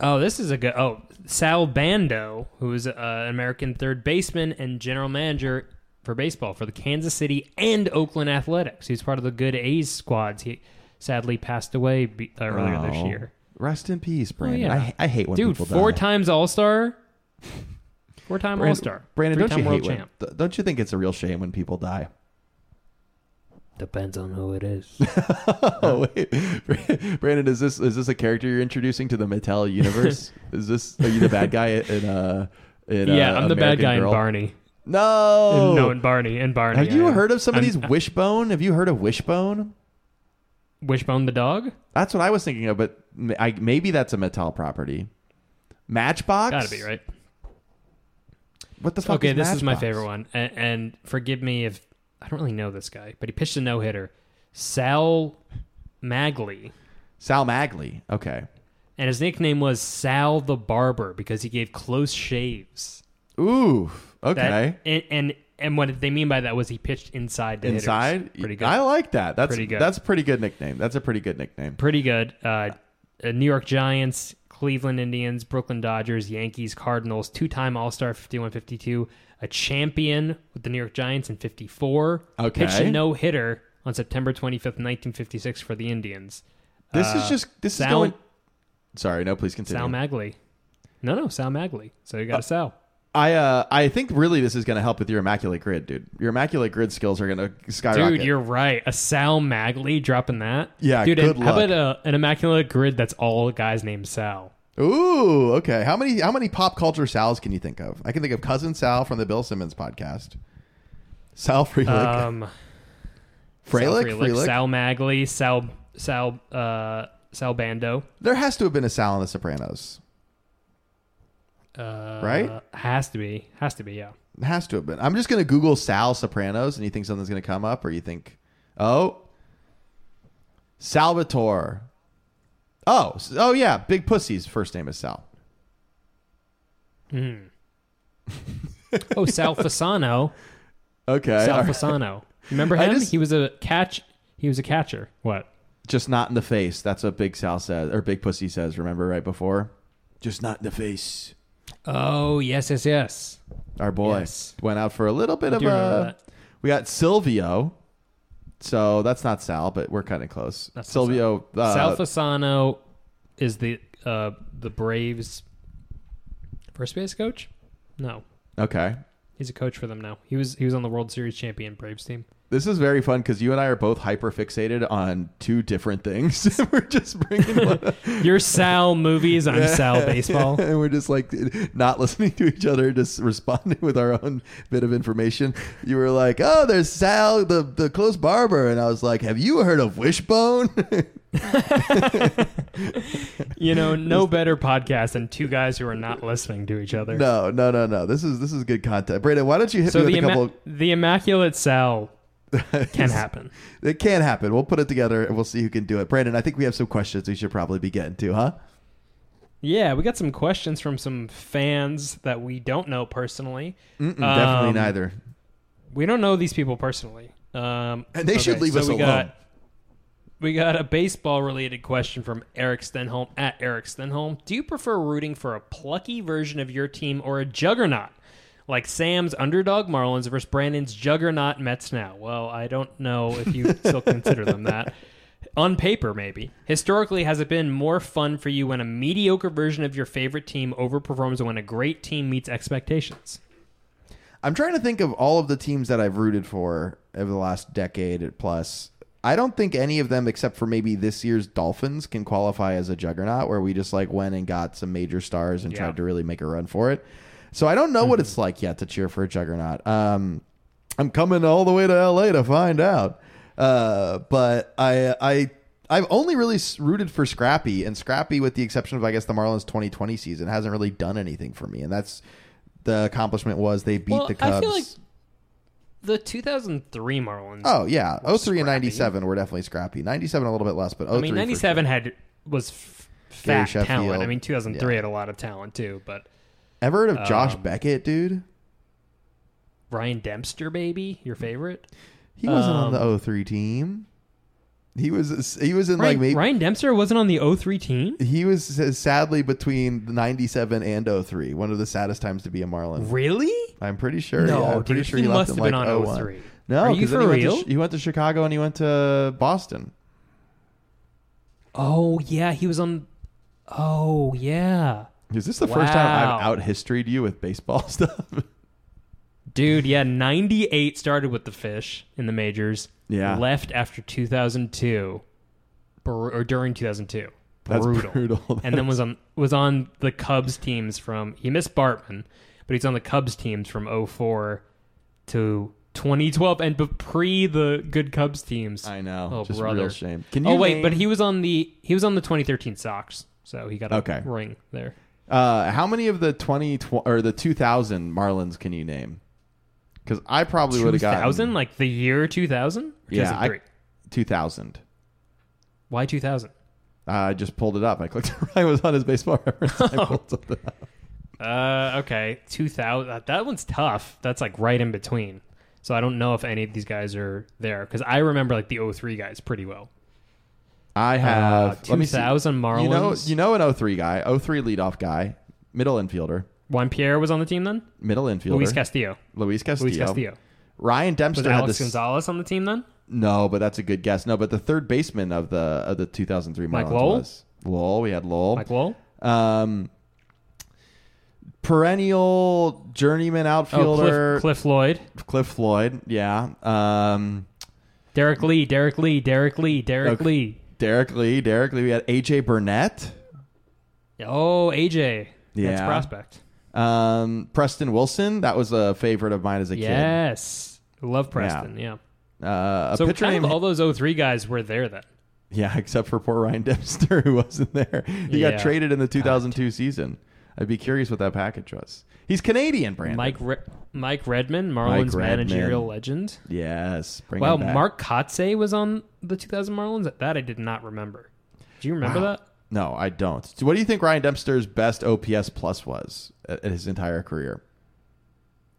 Oh, this is a good. Oh, Sal Bando, who is uh, an American third baseman and general manager for baseball for the Kansas City and Oakland Athletics. He's part of the good A's squads. He sadly passed away be, uh, earlier this
Oh.
year.
Rest in peace, Brandon.
Oh, yeah.
I, I hate when
Dude,
people
four
die.
times All Star, four time
Brandon-
All Star,
Brandon, don't you
world
hate when,
champ.
th- don't you think it's a real shame when people die?
Depends on who it is.
Oh wait, Brandon, is this is this a character you're introducing to the Mattel universe? is this are you the bad guy in uh in
yeah,
uh,
I'm the bad
American
guy
Girl?
in Barney.
No,
No, in Barney and Barney.
Have you
I am-
heard of some
I'm-
of these Wishbone? Have you heard of Wishbone?
Wishbone the dog?
That's what I was thinking of, but m- I, maybe that's a Mattel property. Matchbox,
Gotta be right.
What the fuck?
Okay,
is
this is my
Matchbox?
favorite one, and, and forgive me if I don't really know this guy, but he pitched a no hitter, Sal Magley,
Sal Magley. Okay.
and his nickname was Sal the Barber because he gave close shaves.
Ooh.
That-
Okay.
and, and and what they mean by that was he pitched inside the hitters.
Inside.
pretty good,
I like that. That's
Pretty good.
That's a pretty good nickname. That's a pretty good nickname.
pretty good. Uh, uh, New York Giants, Cleveland Indians, Brooklyn Dodgers, Yankees, Cardinals, two-time All-Star 51-52, a champion with the New York Giants in 54.
Okay.
Pitched a no-hitter on September 25th, 1956 for the Indians.
This
Uh,
is just this
Sal,
is going. Sorry, no, please continue.
Sal Magley. No, no, Sal Magley. So you got a Sal.
I uh, I think really this is going to help with your immaculate grid, dude. Your immaculate grid skills are going to
Dude,
skyrocket.
you're right. A Sal Magley dropping that.
Yeah,
Dude,
good
and how
luck.
about uh an immaculate grid that's all guys named Sal?
Ooh, okay. How many how many pop culture Sal's can you think of? I can think of cousin Sal from the Bill Simmons podcast. Sal Frelick,
Um...
Frelick,
Sal
Frelick.
Sal Magley, Sal Sal uh, Sal Bando,
There has to have been a Sal in The Sopranos.
uh,
Right?
Has to be, has to be, yeah.
It has to have been. I'm just going to Google Sal Sopranos, and you think something's going to come up, or you think, oh, Salvatore. Oh, s- oh yeah, Big Pussy's first name is Sal.
Oh, Sal Fasano,
Okay,
Sal
all right.
Fasano. Remember
I
him?
just-
He was a catch. He was a catcher. What?
just not in the face. That's what Big Sal says, or Big Pussy says. Remember right before, just not in the face.
Oh yes, yes, yes.
Our boy
Yes.
went out for a little bit of
do remember
a.
that.
We got Silvio, so that's not Sal, but we're kind of close.
That's not
Silvio, uh,
Sal Fasano is the uh, the Braves first base coach. No,
okay.
he's a coach for them now. He was he was on the World Series champion Braves team.
This is very fun because you and I are both hyper fixated on two different things. we're just bringing one up,
Your Sal movies. I'm Sal baseball.
and we're just like not listening to each other, just responding with our own bit of information. You were like, "Oh, there's Sal, the the close barber," and I was like, "Have you heard of Wishbone?"
You know, no better podcast than two guys who are not listening to each other.
No, no, no, no. This is this is good content. Brandon, why don't you hit
so
me
the
with a couple?
imma- the immaculate cell can happen.
It can happen. We'll put it together and we'll see who can do it. Brandon, I think we have some questions we should probably be getting to, huh?
Yeah, we got some questions from some fans that we don't know personally.
Mm-mm, definitely
Um,
neither.
We don't know these people personally. Um,
And they should
okay,
leave
so
us
we
alone.
Got, we got a baseball related question from Eric Stenholm at Eric Stenholm. Do you prefer rooting for a plucky version of your team or a juggernaut? Like Sam's underdog Marlins versus Brandon's juggernaut Mets now. Well, I don't know if you still consider them that. On paper, maybe. Historically, has it been more fun for you when a mediocre version of your favorite team overperforms or when a great team meets expectations?
I'm trying to think of all of the teams that I've rooted for over the last decade plus. I don't think any of them, except for maybe this year's Dolphins, can qualify as a juggernaut where we just like went and got some major stars and
Yeah.
tried to really make a run for it. So I don't know what it's like yet to cheer for a juggernaut. Um, I'm coming all the way to LA to find out. Uh, but I I I've only really s- rooted for Scrappy and Scrappy, with the exception of I guess the Marlins 2020 season, hasn't really done anything for me, and that's. The accomplishment was they beat
Well,
the Cubs.
I feel like the 2003 Marlins.
Oh yeah, 03 and
scrappy.
97 were definitely scrappy. 97 a little bit less, but 03
I mean,
Oh, for
97 had was f-
Gary
fat
Sheffield.
talent. I mean, 2003
Yeah.
had a lot of talent too, but
sure. Ever heard of Josh
Um,
Beckett, dude?
Ryan Dempster, baby, your favorite.
He wasn't on
um,
the 03 team. He was he was in
Ryan,
like maybe
Ryan Dempster wasn't on the 03 team.
he was s- sadly between 97 and 03, one of the saddest times to be a Marlin.
Really?
I'm pretty sure.
No,
yeah, I'm pretty
dude,
sure
he
he, left
must
in
have been
like
on
01.
03. Are
No,
you
because then
for
he went,
real?
to, he went to Chicago and he went to Boston.
Oh yeah, he was on. Oh yeah,
Is this the first time I've
Wow.
out historied you with baseball stuff?
dude. Yeah, 98 started with the fish in the majors.
Yeah.
left after 2002, Bru- or during 2002.
That's brutal.
and then was on was on the Cubs teams from he missed Bartman, but he's on the Cubs teams from 04 to 2012 and be- pre the good Cubs teams.
I know.
Oh,
just
brother.
real shame. Can you
Oh wait,
name-
but he was on the he was on the 2013 Sox, so he got a
Okay.
ring there.
Uh, how many of the twenty tw- or the two thousand Marlins can you name? Because I probably would have gotten
2000, like the year 2000.
Yeah, I- two thousand.
Why 2000?
Uh, I just pulled it up. I clicked. I was on his baseball reference.
Oh.
I pulled something up.
Uh, okay, 2000. uh, That one's tough. That's like right in between. So I don't know if any of these guys are there because I remember like the 03 guys pretty well.
I have
Uh,
let me see.
2000
You know,
Marlins.
you know an 03 guy, 03 leadoff guy, middle infielder,
Juan Pierre was on the team then.
middle infielder,
Luis Castillo.
Luis Castillo.
Luis Castillo.
Ryan
Was
Dempster had this.
Alex Gonzalez on the team then?
No, but that's a good guess. No, but the third baseman of the of the 2003 Marlins
Mike Lowell?
was Lowell. We had Lowell.
Mike Lowell.
um, perennial journeyman
Oh,
outfielder
Cliff, Cliff Lloyd.
Cliff, Floyd. Yeah, um,
Derek Lee. Derek Lee. Derek Lee. Derek
Okay.
Lee.
Derek Lee. Derek Lee. We had AJ Burnett,
Oh, AJ. That's
Yeah.
prospect.
um, Preston Wilson. That was a favorite of mine as a
Yes. Love Preston. Yeah.
kid. Uh, a
So
pitcher
kind
named
of all those 03 guys were there then.
yeah, except for poor Ryan Dempster who wasn't there. He
Yeah.
got traded in the 2002 season. I'd be curious what that package was. He's Canadian, Brandon.
Mike Re- Mike Redmond, Marlins
Redmond.
managerial legend.
Yes. Bring
Wow,
him back.
Mark Kotze was on the 2000 Marlins. That I did not remember. Do you remember
Wow.
that?
No, I don't. So what do you think Ryan Dempster's best OPS plus was at at his entire career?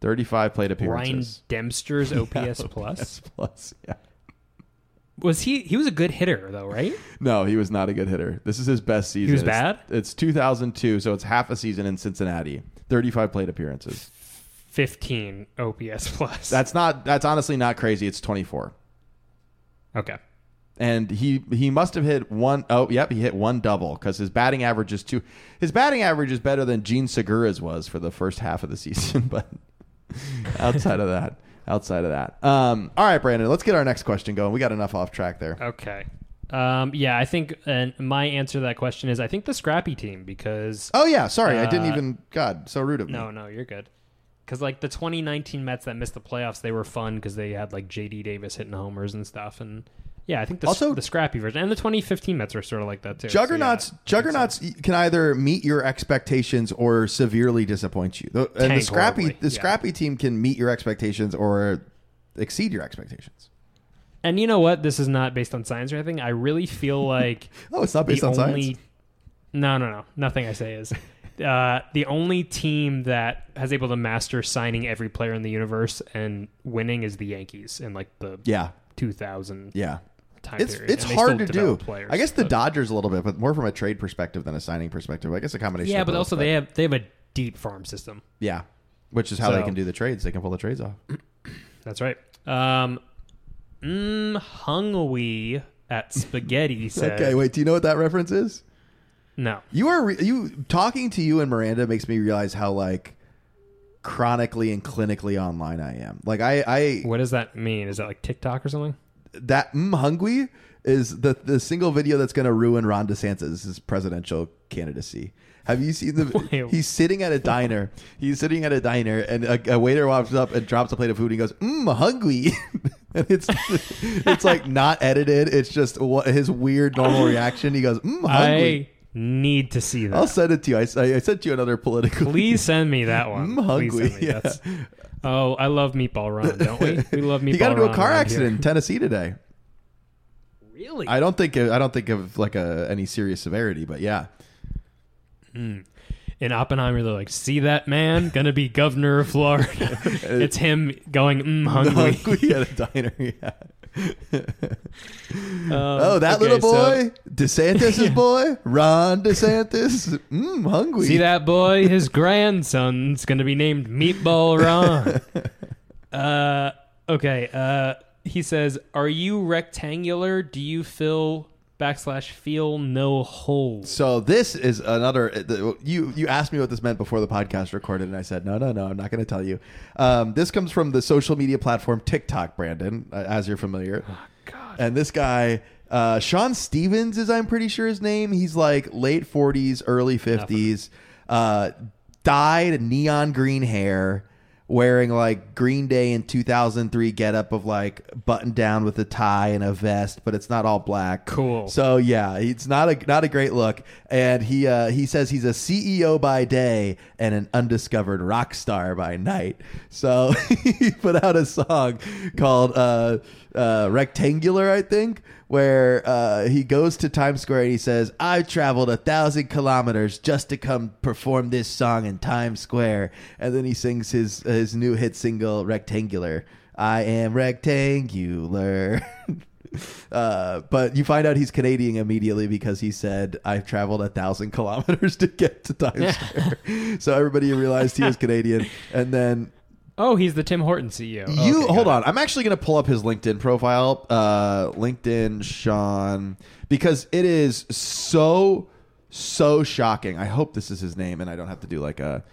35 plate
Ryan
appearances.
Dempster's
OPS
OPS plus.
plus, yeah.
Was he? He was a good hitter though, right?
No, he was not a good hitter. This is his best season.
was
It's-
bad?
It's 2002, so it's half a season in Cincinnati. 35 plate appearances.
15 OPS plus.
That's not that's honestly not crazy. It's 24.
okay.
and he he must have hit one oh yep he hit one double because his batting average is two his batting average is better than Gene Segura's was for the first half of the season but outside of that outside of that um all right Brandon let's get our next question going we got enough off track there
Okay. Um, yeah, I think and my answer to that question is I think the scrappy team because
oh yeah sorry I didn't
Uh,
even God so rude of me
no, no, you're good. Because like the 2019 Mets that missed the playoffs, they were fun because they had like J.D. Davis hitting homers and stuff. And yeah, I think the,
Also-
the scrappy version and the 2015 Mets are sort of like that too. So, yeah, uh,
Juggernauts,
I think so.
Juggernauts can either meet your expectations or severely disappoint you. The- And the
Tank
scrappy,
horribly,
the
yeah.
scrappy team can meet your expectations or exceed your expectations.
And you know what? This is not based on science or anything. I really feel like
Oh, it's not based on science.
No, no, no. Nothing I say is. Uh, the only team that has able to master signing every player in the universe and winning is the Yankees in like the
Yeah,
2000
yeah.
time
It's
period.
it's
And they
hard to
still
do.
develop Players,
I guess the
but-
Dodgers a little bit, but more from a trade perspective than a signing perspective. I guess a combination.
yeah,
of
but
both,
also they have they have a deep farm system.
yeah, which is how they
So-
can do the trades. They can pull the trades off.
That's right. Um, mm, hungry at spaghetti said
Okay, wait. Do you know what that reference is?
no.
You are re- you talking to you and Miranda makes me realize how like chronically and clinically online I am. Like I I
What does that mean? Is that like TikTok or something?
that mm hungry is the the single video that's going to ruin Ron DeSantis' presidential candidacy. Have you seen the?
Wait.
He's sitting at a diner. He's sitting at a diner, and a, a waiter walks up and drops a plate of food. and He goes, "Mmm, hungry." and it's it's like not edited. It's just what, his weird normal reaction. He goes, "Mmm, hungry."
I need to see that.
I'll send it to you. I, s- I- I sent you another political.
Please send me that one.
I'm
Please
hungry,
send me
yeah.
that's- Oh, I love meatball run, don't we? We love meatball.
He got into
run
a car
around
accident in Tennessee today.
here. Really?
I don't think I don't think of like a any serious severity, but yeah.
in Oppenheimer, they're like, "See that man? Gonna be governor of Florida." it's him going mm, hungry.
hungry at a diner. Yeah.
Um,
Oh, that
okay,
little
so-
boy, DeSantis' boy, Ron DeSantis. Mmm, hungry.
see that boy? His grandson's gonna be named Meatball Ron. uh, okay. Uh, he says, "Are you rectangular? Do you fill backslash feel no holes?"
So this is another. uh, You you asked me what this meant before the podcast recorded, and I said no, no, no. I'm not going to tell you. Um, this comes from the social media platform TikTok, Brandon, uh, as you're familiar.
God.
And this guy, uh, Sean Stevens, is I'm pretty sure his name. He's like late 40s, early 50s, uh, dyed neon green hair, wearing like Green Day in 2003 getup of like button down with a tie and a vest, but it's not all black.
Cool.
So yeah, it's not a not a great look. And he uh, he says he's a CEO by day and an undiscovered rock star by night. So he put out a song called uh, uh, "Rectangular," I think, where uh, he goes to Times Square and he says, "I've traveled a thousand kilometers just to come perform this song in Times Square," and then he sings his his new hit single "Rectangular." I am rectangular. Uh, but you find out he's Canadian immediately because he said, I've traveled a thousand kilometers to get to Times Square. so everybody realized he was Canadian. And then
Oh, he's the Tim Horton CEO. Oh,
you
okay,
hold
got
on. I'm actually going to pull up his LinkedIn profile, uh, LinkedIn Sean, because it is so, so shocking. I hope this is his name and I don't have to do like a,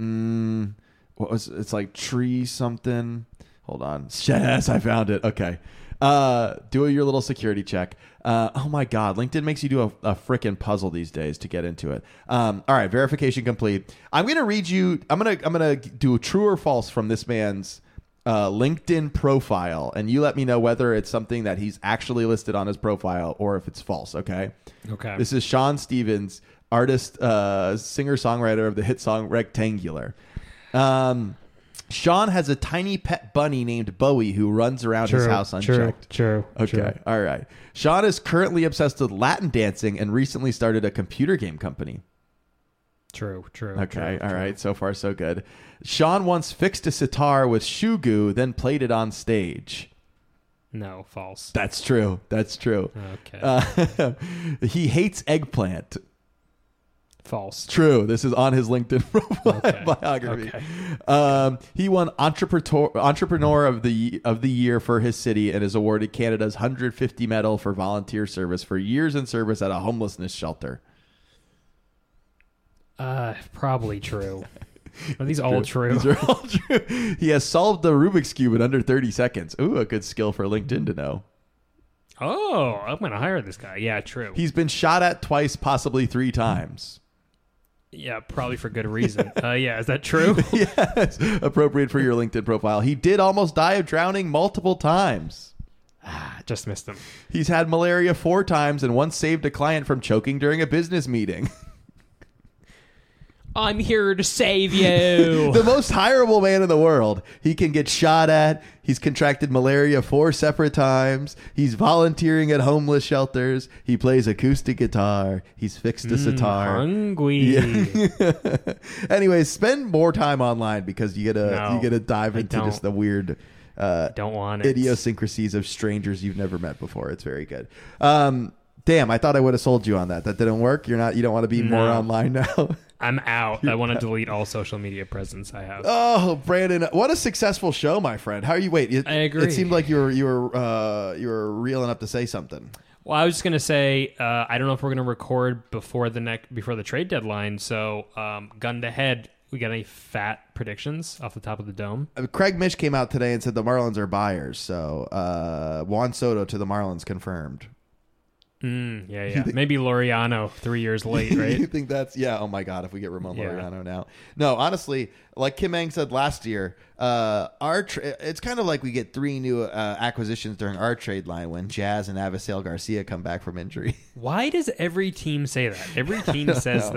mm, what was It's like tree something. Hold on. Yes, I found it. Okay. Uh, do your little security check. Uh, oh my God, LinkedIn makes you do a, a freaking puzzle these days to get into it. Um, all right, verification complete. I'm gonna read you. I'm gonna I'm gonna do true or false from this man's uh, LinkedIn profile, and you let me know whether it's something that he's actually listed on his profile or if it's false. Okay.
it. Okay.
This is Sean Stevens, artist, uh, singer songwriter of the hit song Rectangular. Um, Sean has a tiny pet bunny named Bowie who runs around his house unchecked.
True.
Okay, all right. Sean is currently obsessed with Latin dancing and recently started a computer game company.
True. True.
Okay, all right. So far, so good. Sean once fixed a sitar with shoe goo, then played it on stage.
No, false.
That's true. That's true.
Okay.
Uh, he hates eggplant.
false.
True. This is on his LinkedIn profile
Okay.
biography.
Okay.
Um, he won entrepreneur entrepreneur of the of the year for his city and is awarded Canada's 150 medal for volunteer service for years in service at a homelessness shelter.
Uh, probably true. Are these all true?
These are all true. He has solved the Rubik's cube in under 30 seconds. Ooh, a good skill for LinkedIn to know.
oh, I'm gonna hire this guy. Yeah, true.
He's been shot at twice, possibly three times.
Yeah, probably for good reason. uh, yeah, is that true?
yes, appropriate for your LinkedIn profile. He did almost die of drowning multiple times.
ah, just missed him.
He's had malaria four times and once saved a client from choking during a business meeting.
I'm here to save you.
the most hireable man in the world. He can get shot at. He's contracted malaria four separate times. He's volunteering at homeless shelters. He plays acoustic guitar. He's fixed
Mm,
a sitar.
Hungry.
anyway, spend more time online because you get to
No,
you get to dive
I
into
don't.
just the weird uh,
Don't want it.
idiosyncrasies of strangers you've never met before. It's very good. Um, damn, I thought I would have sold you on that. That didn't work. You're not. You don't want to be more
No.
online now.
I'm out. I want to delete all social media presence I have.
oh, Brandon, what a successful show, my friend. How are you? Wait, it,
I agree.
It seemed like you were you were uh, you were reeling up to say something.
Well, I was just gonna say uh, I don't know if we're gonna record before the next before the trade deadline. So, um, gun to head, we got any fat predictions off the top of the dome?
Uh, Craig Mish came out today and said the Marlins are buyers. So uh, Juan Soto to the Marlins confirmed.
Mm, yeah, yeah. Maybe Loriano three years late,
you
right?
think that's yeah? Oh my god! If we get Ramon
Yeah.
Laureano now, no. Honestly, like Kim Eng said last year, uh, our tra- it's kind of like we get three new uh, acquisitions during our trade line when Jazz and Avisail Garcia come back from injury.
Why does every team say that? Every team says